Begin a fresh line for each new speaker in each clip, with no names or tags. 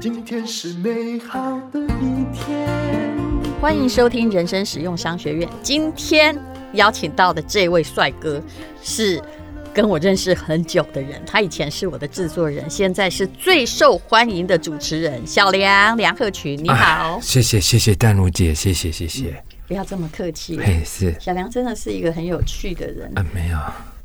今天是美好的一天。
欢迎收听人生实用商学院。今天邀请到的这位帅哥是跟我认识很久的人，他以前是我的制作人，现在是最受欢迎的主持人小梁梁鹤群。你好，
哎
嗯
谢谢谢谢淡如姐，谢谢谢谢，
不要这么客气。
嘿是
小梁真的是一个很有趣的人，
哎啊没有，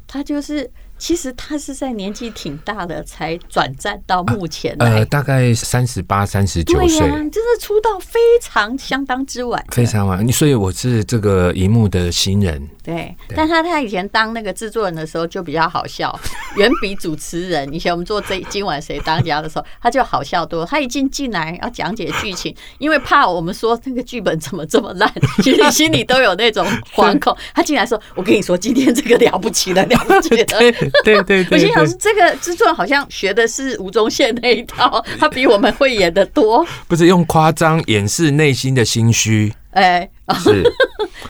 他就是其实他是在年纪挺大的才转战到目前来。
呃大概三十八三十九
对呀、
岁，
你真的出道非常相当之晚，
非常晚，所以我是这个荧幕的 新人，
对，但他他以前当那个制作人的时候就比较好 笑，远比主持人。以前我们做这今晚谁当家的时候，他就好笑多了。他一进进来要讲解剧情，因为怕我们说那个剧本怎么这么 烂，其实心里都有那种惶恐。他进来说：“我跟你说，今天这个了不起的，了不起的。”
对对
我心
对
想，这个制作人好像学的是吴宗宪那一套，他比我们会演的多。
不是用夸张掩饰内心的心虚，
哎，
是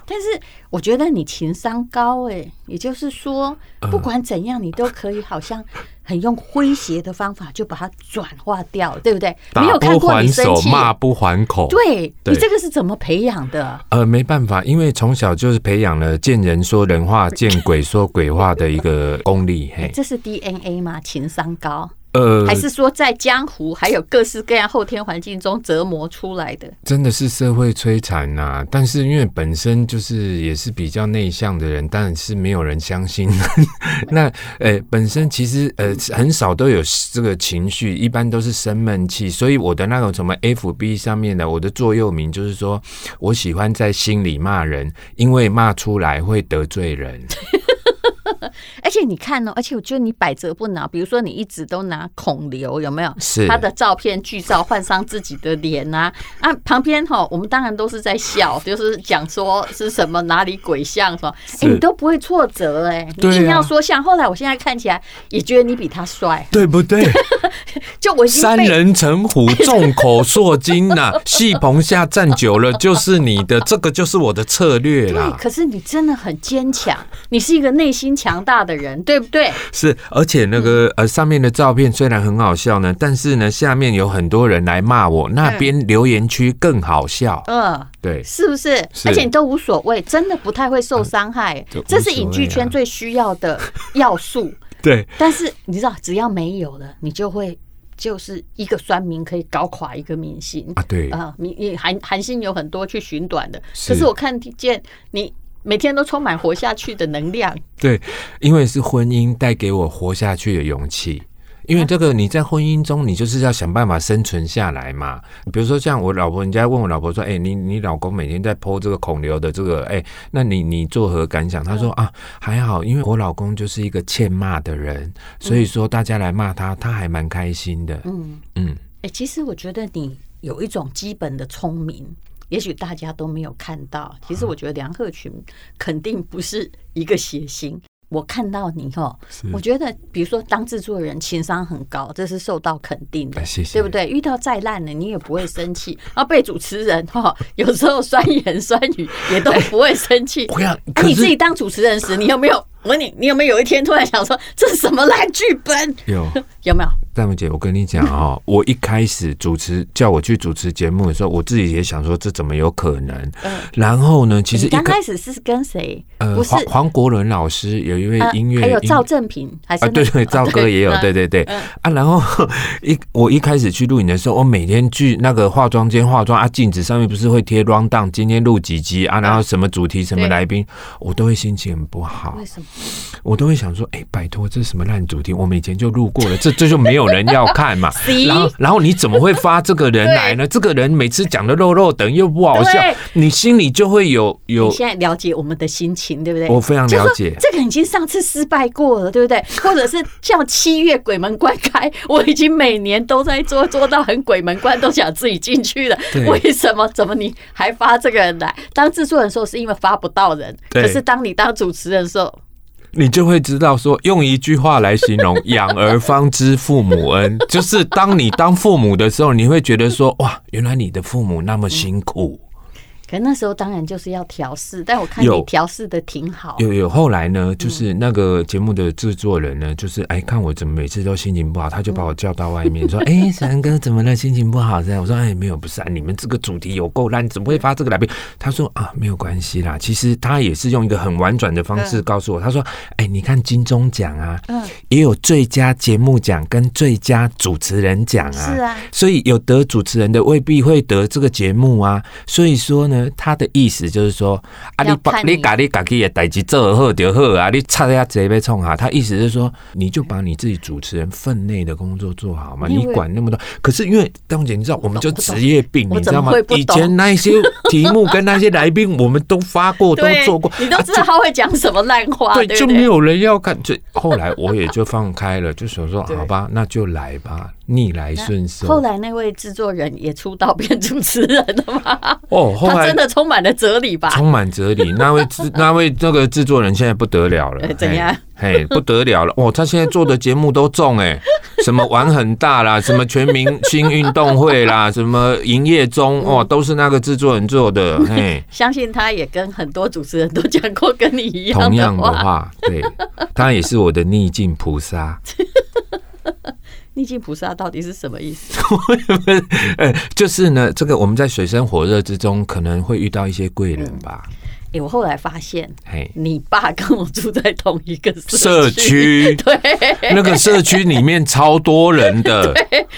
但是我觉得你情商高哎、也就是说，
嗯
不管怎样，你都可以好像很用诙谐的方法就把它转化掉，对不对？ 没
打
有看
不
过
还
你生
手，
气，
骂不还口，
对
对
你这个是怎么培养的？
呃，没办法，因为从小就是培养了见人说人话，见鬼说鬼话的一个功力。嘿，
这是 DNA 吗？情商高，
呃
还，是说在江湖还有各式各样后天环境中折磨出来的？
真的是社会摧残呐、但是因为本身就是也是比较内向的人，但是没有人相信。 那呃，本身其实呃很少都有这个情绪，一般都是生闷气。所以我的那种什么 FB 上面的，我的座右铭就是说我喜欢在心里骂人，因为骂出来会得罪人。
而且你看哦，而且我觉得你百折不挠，比如说你一直都拿孔刘有没有？
是
他的照片剧照换上自己的脸啊啊！旁边哈，我们当然都是在 笑，就是讲说是什么哪里鬼像什么，哎、
是
你都不会挫折哎、你
对啊
硬要说像。后来我现在看起来也觉得你比他帅，
对不对？
就我已经
三
被
人成虎，众口铄金呐、戏棚下站久了就是你的，这个就是我的策略
对，
啦。
可是你真的很坚强，你是一个内心强大的人，对不对？
是，而且那个呃，上面的照片虽然很好笑呢，但是呢，下面有很多人来骂我，那边留言区更好笑。
嗯。
对，
是不是？
是啊
而且你都无所谓，真的不太会受伤害
就无，
这是
所谓
影剧圈
啊
最需要的要 素。
对，
但是你知道，只要没有了，你就会就是一个酸民可以搞垮一个明星
啊，对，
啊。明你韩韩星有很多去寻短的，
是
可是我看见你每天都充满活下去的能量，
对，因为是婚姻带给我活下去的勇气。因为这个你在婚姻中，你就是要想办法生存下来嘛。比如说像我老婆，人家问我老婆说：“哎、你你老公每天在剖这个孔刘的这个，哎、那你你作何感想？”她说：“啊，还好，因为我老公就是一个欠骂的人，所以说大家来骂他，他还蛮开心的。”
嗯。
嗯，
哎、其实我觉得你有一种基本的聪明，也许大家都没有看到。其实我觉得梁鹤群肯定不是一个谐星。我看到你哦，我觉得比如说当制作人情商很高，这是受到肯定的，
哎谢谢
对不对？遇到再烂的你也不会生气，然后被主持人哈、哦、有时候酸言酸语也都不会生气。
哎我想，
那、
可
你自己
是
当主持人时，你有没有？我问你，你有没有有一天突然想说这是什么烂剧本？
有。
有没有？
戴文姐，我跟你讲 哦，我一开始主持叫我去主持节目的时候，我自己也想说这怎么有可能？
嗯
然后呢，其实
你
一
刚
开
开始是跟谁？
呃
不是
黄黄国伦老师有一位
呃
音乐、
还有
音
赵正平，还是
啊，
那
对对，
哦
赵哥也有，对
嗯
对对
嗯
啊。然后一我一开始去录影的时候，我每天去那个化妆间化妆啊，镜子上面不是会贴 round down，今天录几集啊，然后什么主题什
嗯
么
对
来宾，我都会心情很不好
嗯为。什么？
我都会想说，哎、拜托，这是什么烂主题？我们以前就录过了，这 这就没有人要 看嘛
See？。
然后，然后你怎么会发这个人来呢？这个人每次讲的肉肉等又不好笑
对，
你心里就会有有
你，现在了解我们的心情，对不对？
我非常
就
了
说
解。
这个已经上次失败过了，对不对？或者是叫七月鬼门关开，我已经每年都在做，做到很鬼门关都想自己进去了。
对
为什么？怎么你还发这个人来？当制作人的时候是因为发不到人，
对
可是当你当主持人的时候，
你就会知道说，用一句话来形容“养儿方知父母恩”， 就是当你当父母的时候，你会觉得说，哇，原来你的父母那么辛苦。
可那时候当然就是要调试，但我看
有
你调试的挺好。嗯
有有，后来呢，就是那个节目的制作人呢，就是哎，看我怎么每次都心情不好，他就把
嗯
我叫到外 面说：“哎，三哥怎么了？心情不好？”这样我说：“哎，没有，不是啊，你们这个主题有够烂，怎么会发这个来宾？”他说：“啊，没有关系啦，其实他也是用一个很婉转的方式
嗯
告诉我，他说：‘哎，你看金钟奖啊，
嗯，
也有最佳节目奖跟最佳主持人奖啊，
是啊，
所以有得主持人的未必会得这个节目啊。所以说呢，他的意思就是说，啊，
要
你把
看你
你把你自己的代志做好就好啊，你插呀这被冲哈。他意思是说，你就把你自己主持人分内的工作做好嘛，
因
你
为
管那么多。可是因为邓姐，你知道，我们就
我懂
职业病，
我
你知道
怎么
吗
会？不
以
懂
前那一些题目跟那些来宾，我们都发过，都
对，
做过，
你都
啊
知道他会讲什么烂话，对
对，
不对？
就没有人要看。就后来我也就放开了，就想说
对
好吧，那就来吧，逆来顺受。
后来那位制作人也出道变主持人了吗？
哦， 后
他
来
真的充满了哲理吧？
充满哲理。那位 制那位那个制作人现在不得了了
哎，怎样
嘿？嘿，不得了了！哦，他现在做的节目都中哎、 什么玩很大啦，什么全明星运动 会啦，什么营业中哦，都是那个制作人做的。 嘿，
相信他也跟很多主持人都讲过跟你一样
同样的
话。
话，对，他也是我的逆境菩萨。
逆境菩萨到底是什么意思？
呃，就是呢，这个我们在水深火热之中，可能会遇到一些贵人吧。
哎、我后来发现
嘿，
你爸跟我住在同一个
社
区。
区
对，
那个社区里面超多 人的。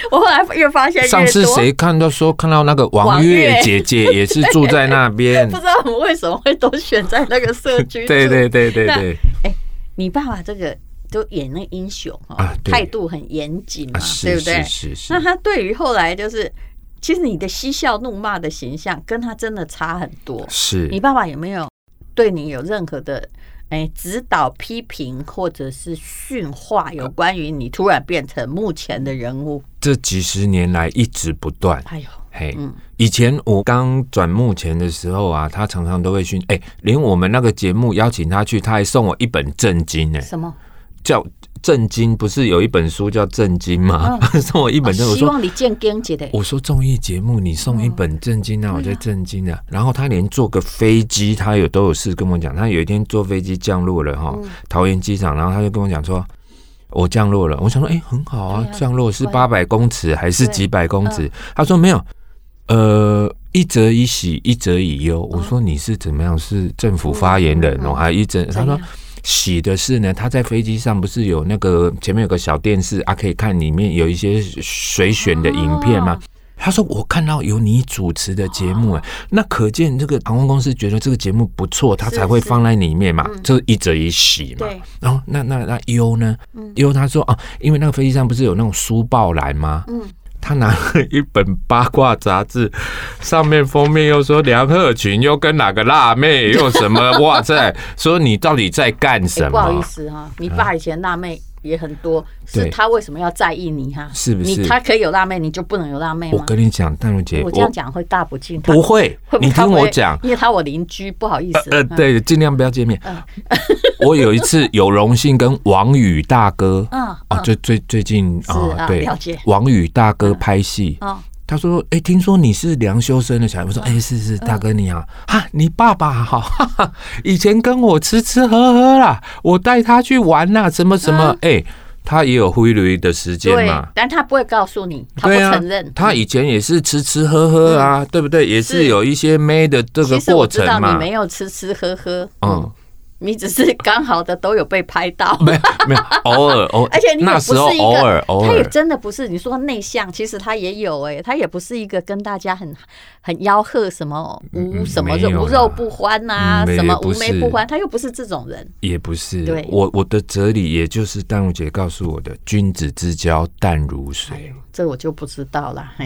我后来越发现越多，
上次谁看到说看到那个王
王
月
月
姐姐也是住在那边
不，知道我们为什么会都选在那个 社区。
对对，对对对啊
你爸爸这个就演那英雄哦
啊对
态度很严谨嘛，
啊，
对
是
不对
是？是是
那， 他对于后来就是，其实你的嬉笑怒骂的形象跟他真的差很多。你
是
爸爸有没有对你有任何的哎指导、批评或者是训话，
呃
有关于你突然变成目前的人物？
这几十年来一直不断。
哎呦，
嘿
嗯，
以前我刚转幕前的时候啊，他常常都会训，哎，连我们那个节目邀请他去，他还送我一本正经呢，哎
什么？
叫《震惊》，不是有一本书叫《震惊》吗？ 送我一本
哦
正经，我
希
说。
望你健康姐的。哎
我说综艺节目你送一本正经啊，我就震惊
嗯
了。然后他连坐个飞机，他有都有事跟我讲。他有一天坐飞机降落了
嗯
哈，桃园机场，然后他就跟我讲说，我降落了。我想说，哎、很好啊，
对啊
降落是
对
八百公尺还是
对嗯
几百公尺？他说没有，呃，一则以喜，一则以忧。
嗯
我说你是怎么样？是政府发言人哦，还一则他
怎
说
样。
喜的是呢，他在飞机上不是有那个前面有个小电视啊，可以看里面有一些随选的影片吗？他说我看到有你主持的节目，
哦
哎，那可见这个航空公司觉得这个节目不错，他
是
才会
是嗯
放在里面嘛，这一则以喜嘛。
对，嗯
然后那那那优呢？优他说啊，因为那个飞机上不是有那种书报栏吗？
嗯
他拿了一本八卦杂志，上面封面又说梁鹤群又跟哪个辣妹又 什么，哇塞！说你到底在干
哎
什
不好意
么？
思哈、你爸以前辣妹也很多，
对
是他为什么要在意你哈、
是不是
你他可以有辣妹，你就不能有辣妹
我
吗？
跟你讲，淡如姐，
我这样讲会大不敬，他
不会
会，不
你
他
听
会
我讲。
因为他我邻居，不好意思。
呃，
嗯，
对，尽量不要见面。 我有一次有荣幸跟王宇大哥，
嗯
啊，最最最近
是啊
对
了解，
王宇大哥拍戏，
哦，
他说：“哎、听说你是梁修身的小孩。”我
嗯
说：“哎、是是，大哥你好，哈，你爸爸好，哈哈，以前跟我吃吃喝喝啦，我带他去玩啦，什么什么，哎、他也有挥泪的时
嗯
间
对
嘛。”，
但他不会告诉你，他不
对啊
承认。嗯
他以前也是吃吃喝喝啊，对不对？也是
是
有一些妹的这个
其实我
过
知
程
道你
嘛。
没有吃吃喝喝，
嗯，
你只是刚好的都有被拍到。
没有没有，偶尔偶 尔，
而且你也
那
不是
时候
一
偶
个，
尔偶
他也
尔，
真的不是。你说内向，其实他也有哎、他也不是一个跟大家很很吆喝什么无
嗯
什么
没
肉
有
无
啦
肉不欢呐、
嗯没
什么
也不
无眉
是
不欢，他又不是这种人。
也不是
对。
我我的哲理也就是淡如姐告诉我的：君子之交淡如水。
这我就不知道啦。嘿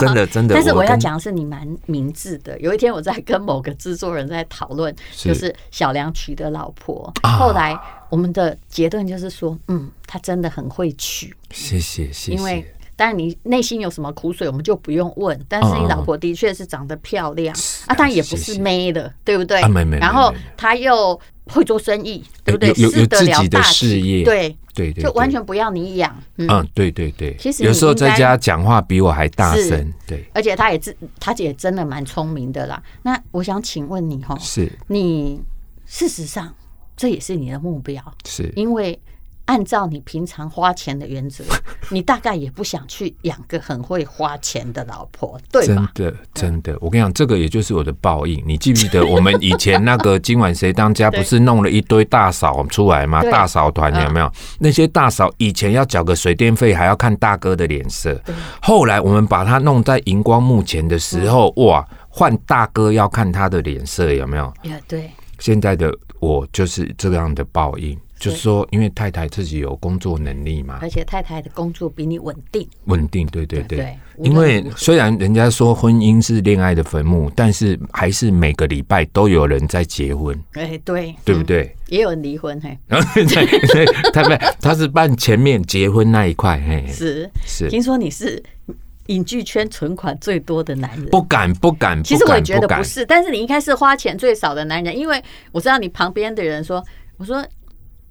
真的真的，
但是我要
跟
讲的是，你蛮明智的。有一天我在跟某个制作人在讨论，
是啊
就是小梁娶的老婆。后来我们的结论就是说，嗯，他真的很会娶，
谢谢谢
因为
谢，
当然你内心有什么苦水，我们就不用问。但是
嗯嗯
你
嗯
老婆的确是长得漂亮
是
啊，但也不
谢
是
谢
妹的，对不对
啊没没没？
然后
没没
她又会做生意，对不对？
有有有
吃得
自己
了
的
大
事
体
业
对，
对对，
就完
对
全不要你养，嗯，
嗯，对对对，
其实
有
你
时候
应
在
该
家讲话比我还大
是
声，对，
而且他也自他也真的蛮聪明的啦。那我想请问你哈，
是
你事实上这也是你的目标，
是，
因为按照你平常花钱的原则，你大概也不想去养个很会花钱的老婆，对
真
吧？
的真的，我跟你讲，这个也就是我的报应。你记不记得我们以前那个今晚谁当家，
对
不是弄了一堆大嫂出来吗？
对嗯
大嫂团有没有？那些大嫂以前要缴个水电费，还要看大哥的脸色。后来我们把他弄在荧光幕前的时候，
嗯
哇，换大哥要看他的脸色，有没有？
也对，
现在的我就是这样的报应，就是说，因为太太自己有工作能力嘛，
而且太太的工作比你稳定，
稳定，对对
对
对。
对
因
无论
为
如何
虽然人家说婚姻是恋爱的坟墓，但是还是每个礼拜都有人在结婚，
哎，对
对不？
嗯
对？
也有人离婚，嘿，
然后在他们他是办前面结婚那一块，嘿，
是。
是
听说你是影剧圈存款最多的男人。
不敢不敢，
其实我也
敢
觉得
敢
不是，但是你应该是花钱最少的男人，因为我知道你旁边的人说，我说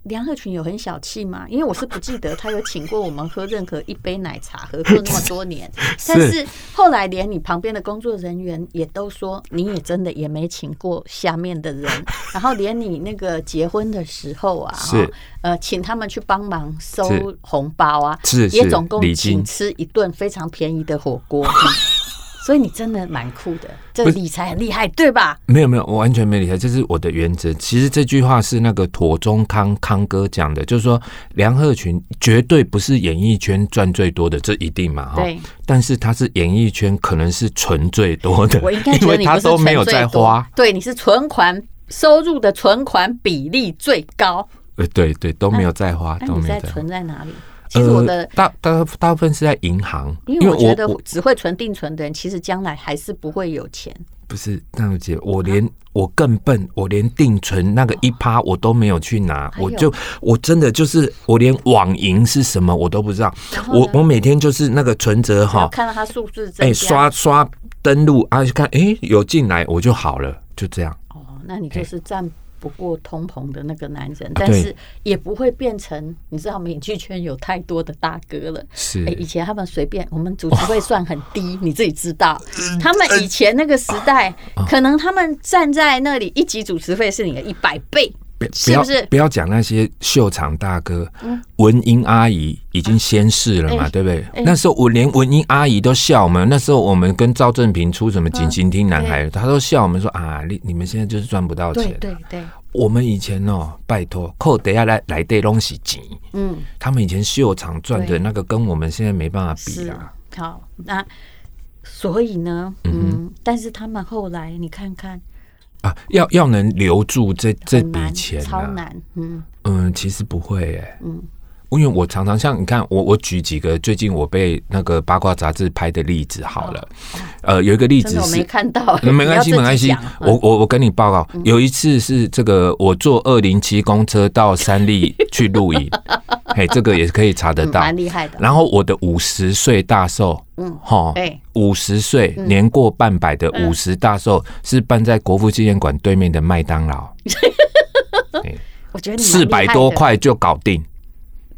梁鹤群有很小气吗？因为我是不记得他有请过我们喝任何一杯奶茶，合作那么多 年，但是后来连你旁边的工作人员也都说，你也真的也没请过下面的人，然后连你那个结婚的时候啊，
是
哦呃，请他们去帮忙收
是
红包啊，
是
也
是
总共
礼
请
金
吃一顿非常便宜的火锅。 嗯所以你真的蛮酷的，这
不是
理财很厉害，对吧？
没有没有，我完全没理解，这是我的原则。其实这句话是那个妥中康康哥讲的，就是说梁鹤群绝对不是演艺圈赚最多的，这一定嘛哈
对。
但是他是演艺圈可能是存最 多的，
我应该觉
因
得
为
你不
他
是
都没有
存最
在
多
花。，
对，你是存款收入的存款比例最高。
呃，对对，都没有在花，
啊那
都
你
没有
在
在花。
存在哪里？其实我
呃，
的，
大大大部分是在银行，
因为我觉得
我
只会存定存的人，其实将来还是不会有钱。
不是大姐，我
啊
连我更笨，我连定存那个一趴我都没有去拿，
哎呦
我就我真的就是我连网银是什么我都不知道，
后呢
我我每天就是那个存折
然后
哈，
看到他数字增
哎
加，
刷刷登录啊，就看哎、有进来我就好了，就这样。
哦，那你就
哎
是战不过通膨的那个男人，
啊
但
对
是也不会变成，你知道，美剧圈有太多的大哥了。
是
哎，以前他们随便，我们主持会算很 低，你自己知道。他们以前那个时代，
嗯哎
可能他们站在那里，一级主持费是你的一百倍，
不
是
要
不是嗯
不要讲那些秀场大哥，文英阿姨已经先逝了嘛，
哎
对不对？
哎
那时候我连文英阿姨都笑我们，那时候我们跟赵正平出什
嗯
么《锦行厅男孩》她都笑我们说啊，你你们现在就是赚不到
哎对
钱。啊
对对，
我们以前哦，拜托扣得下来来对东西钱，啊
嗯，
他们以前秀场赚
对
的那个跟我们现在没办法比
是
啊。
好。那所以呢，嗯，但是他们后来，你看看，
啊，要要能留住这这
很
笔
难，
钱、啊，
超难，嗯，
嗯，其实不会诶、嗯，因为我常常像你看，我我举几个最近我被那个八卦杂志拍的例子好了，呃，有一个例
真
子
的我没
是。嗯
看到，
没关系，
你要自己
没关
啊嗯
系
讲。
我我我跟你报告，有一次是这个，我坐二零七公车到三立去 露营，嘿，这个也可以查得
嗯
到。
蛮厉害的，
然后我的五十岁大寿，嗯，哈
哎，嗯
五十岁年过半百的五十大寿是办在国父纪念馆对面的麦当
嗯
劳，
我觉得你蛮
四
厉害
百
的
多，块就搞定。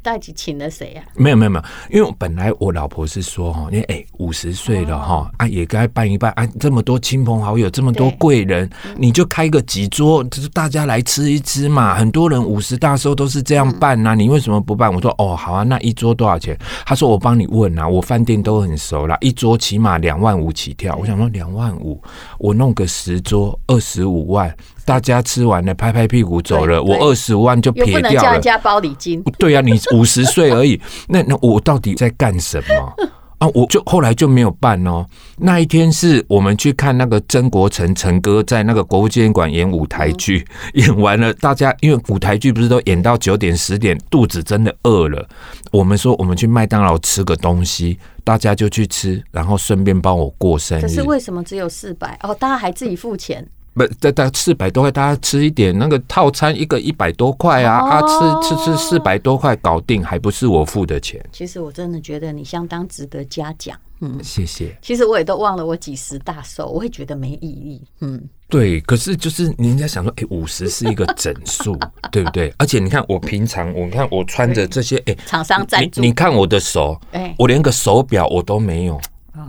到底请了谁啊呀？
没有没有没有，因为我本来我老婆是说哈，因为哎五十岁了哈啊也该办一办啊，这么多亲朋好友，这么多
对
贵人，你就开个几桌，就是大家来吃一吃嘛。很多人五十大寿都是这样办啊呐、你为什么不办？我说哦好啊，那一桌多少钱？他说我帮你问啊，我饭店都很熟啦，一桌起码两万五起跳。我想说两万五，我弄个十桌二十五万，大家吃完了拍拍屁股走了，
对对
我二十万就
又不
撇
能
掉
叫
了
人。家包礼金，
对呀、你五十岁而已，那那我到底在干什么？啊，我就后来就没有办哦。那一天是我们去看那个曾国成成哥在那个国父纪念馆演舞台剧，
嗯
演完了，大家因为舞台剧不是都演到九点十点，肚子真的饿了。我们说我们去麦当劳吃个东西，大家就去吃，然后顺便帮我过生日。
可是为什么只有四百？哦，大家还自己付钱，
不，大大四百多块，大家吃一点那个套餐，一个一百多块啊、
哦
啊，吃吃吃四百多块搞定，还不是我付的钱。
其实我真的觉得你相当值得嘉奖。嗯，
谢谢。
其实我也都忘了我几十大寿，我也觉得没意义。嗯，
对，可是就是人家想说，哎、五十是一个整数， 对不对？而且你看我平常，我看我穿着这些，哎、
厂商赞助
你，你看我的手，
哎
我连个手表我都没有，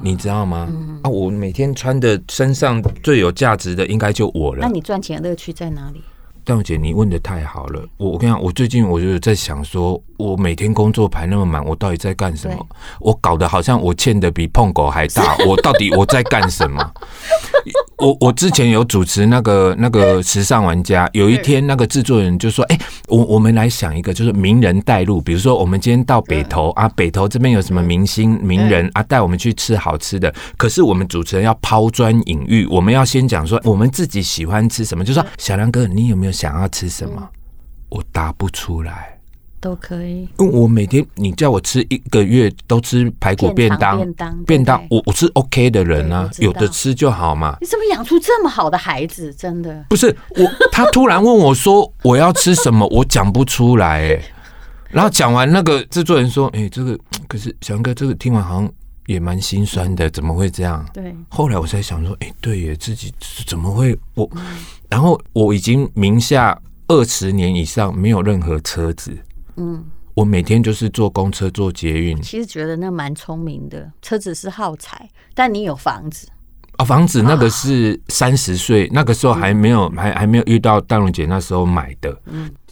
你知道吗？
嗯
啊，我每天穿的身上最有价值的应该就我
那
了。
你赚钱的乐趣在哪里？
蛋姐，你问的太好了。我我跟你讲，我最近我就在想说，我每天工作排那么满，我到底在干什么
对？
我搞得好像我欠的比碰狗还 大，我到底我在干什么？我我之前有主持那个那个时尚玩家，有一天那个制作人就说：“哎、我我们来想一个，就是名人带路，比如说我们今天到北
嗯
投啊，北投这边有什么明星名人啊，带我们去吃好吃的。可是我们主持人要抛砖引玉，我们要先讲说我们自己喜欢吃什
嗯
么，就说小梁哥，你有没有想要吃什么？我答不出来。”
都可以，
因为我每天你叫我吃一个月都吃排骨便
片
当，
糖便当
便当
对不
我我是 OK 的人啊，
对
有
我知道
的吃就好嘛。
你怎么养出这么好的孩子？真的，
不是我，他突然问我说我要吃什么，我讲不出来哎、然后讲完那个制作人说，哎、这个可是小杨哥这个听完好像也蛮心酸的，怎么会这样？
对，
后来我才想说，哎、对耶，自己怎么会我？然后我已经名下二十年以上没有任何车子，
嗯，
我每天就是坐公车、坐捷运
其实觉得那蛮聪明的。车子是耗材，但你有房子，
啊。房子那个是三十岁那个时候还没有，
嗯
还还没有遇到淡如姐那时候买的，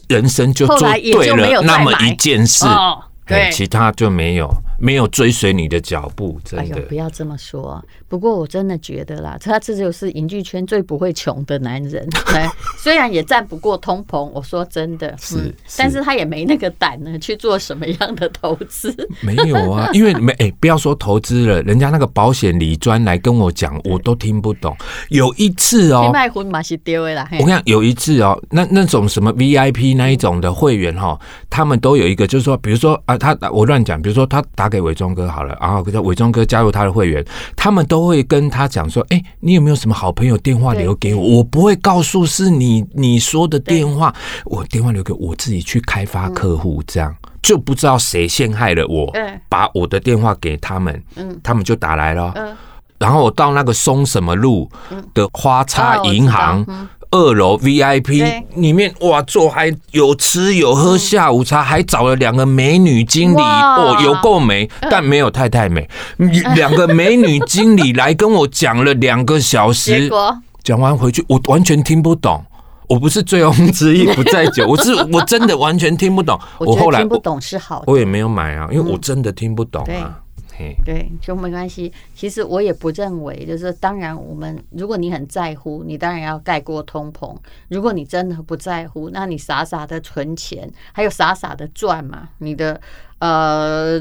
人生就
后
做
来也就
对
没有
了
再
那么
买
一件事。
哦，
哎
对，
其他就没有，没有追随你的脚步，
哎
真
呦
的。，
不要这么说。不过我真的觉得啦，他这就是影剧圈最不会穷的男人。 哎，虽然也战不过通膨，我说真的，嗯
是是
但是他也没那个胆呢去做什么样的投资。
没有 啊，因为没哎、不要说投资了，人家那个保险理专来跟我讲，我都听不懂。有一次
你
哦，
卖魂嘛是丢的啦，嘿
我跟你讲，有一次哦，那那种什么 VIP 那一种的会员哈、哦，他们都有一个，就是说，比如说啊，他我乱讲，比如说他打给伟忠哥好了，然后叫伟忠哥加入他的会员，他们都会跟他讲说，哎、你有没有什么好朋友电话留给我？我不会告诉是你你说的电话，我电话留给我自己去开发客户，这样、就不知道谁陷害了我，
嗯
把我的电话给他们，
嗯
他们就打来了。
嗯
然后我到那个松什么路的花叉
哦我知
银行
道嗯
二楼
对
VIP 里面，哇，坐还有吃有喝下午茶，还找了两个美女经理，
哇嗯
哦，有够美，但没有太太美。 两个美女经理来跟我讲了两个小
结
时，
果
讲完回去我完全听不懂。我不是醉翁之意不在 酒，我是我真的完全听不懂。我
我觉
后
得
来
听不
我
懂是好的。
我也没有买啊，因为我真的听不懂
对
啊。嘿，
对，就没关系。其实我也不认为，就是说当然，我们如果你很在乎，你当然要盖过通膨；如果你真的不在乎，那你傻傻的存钱，还有傻傻的赚嘛，你的呃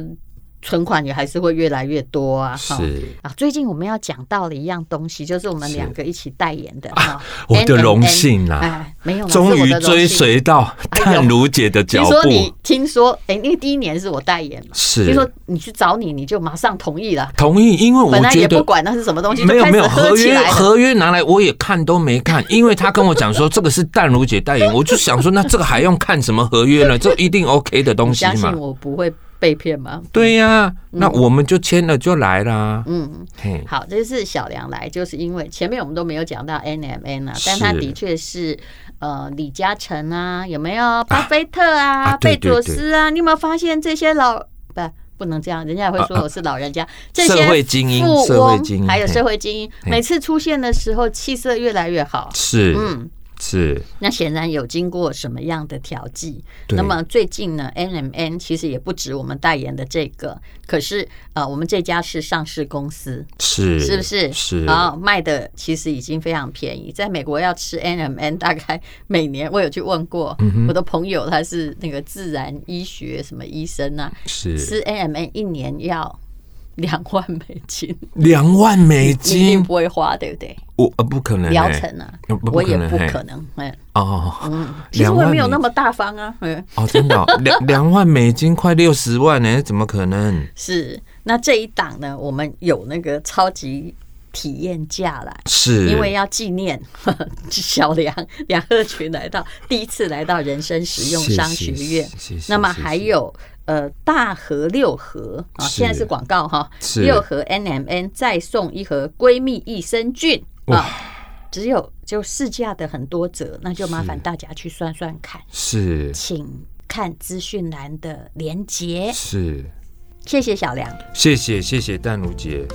存款也还是会越来越多啊。哈
是。
啊，最近我们要讲到了一样东西，就是我们两个一起代言的哈、
啊我的
N&N
荣幸啊
哎，没有啦，
终
是我
于
的荣
追
幸。
随到淡如姐的
听
脚
说你
步，
听说，哎、那第一年是我代言嘛，听说
是
你去找你，你就马上同意了。
同意，因为
本
我
来
觉
也不
得。
管那是什么东西，
没有
就开
没
始
有合
喝起
约
来了。
合约拿来我也看都没看，因为他跟我讲说这个是淡如姐代言，我就想说那这个还用看什么合约呢？这一定 OK 的东
你
西
相信
嘛。
我不会被骗吗？
对呀、那我们就签了就来啦。
嗯，
嘿，
好，这是小梁来，就是因为前面我们都没有讲到 N M N 啊，但
是
他的确是呃李嘉诚啊，有没有巴菲特啊、
啊对
贝
对
佐斯啊？你有没有发现这些老不不能这样，人家也会说我是老人家，这些
啊社会精英
富
社会
翁
精英
还有
嘿
社会精英，
嘿
每次出现的时候气色越来越好。
是、
嗯，
是，
那显然有经过什么样的调剂？
对
那么最近呢，N M N 其实也不止我们代言的这个，可是呃，我们这家是上市公司，
是
是不是？
是
然后卖的其实已经非常便宜，在美国要吃 N M N，大概 每年我有去问过、
嗯
我的朋友，他是那个自然医学什么医生啊，
是
吃 N M N 一年要 两万美金，
两万美
你一定
金，
不会花，对不对？
我呃不可能、欸，
疗程啊
呃，不
我也不
不可能
可
嘿
能，嗯。
哦，
其实
两
我也
万
没有
美
那么大方啊，嗯，
哦，真的哦 两两万美金快六十万呢、怎么可能？
是。那这一档呢，我们有那个超级体验价啦，
是
因为要纪念 呵呵小梁梁鹤群来到第一次来到人生实用商学院，
谢谢谢谢
那么还有呃大和六盒啊，
是
现在是广告哈，
是
六盒 N M N 再送一盒闺蜜益生菌啊，只有就市价的很多折，那就麻烦大家去算算看，
是
请看资讯栏的连结。
是，
谢谢小梁。
谢谢谢谢淡如姐。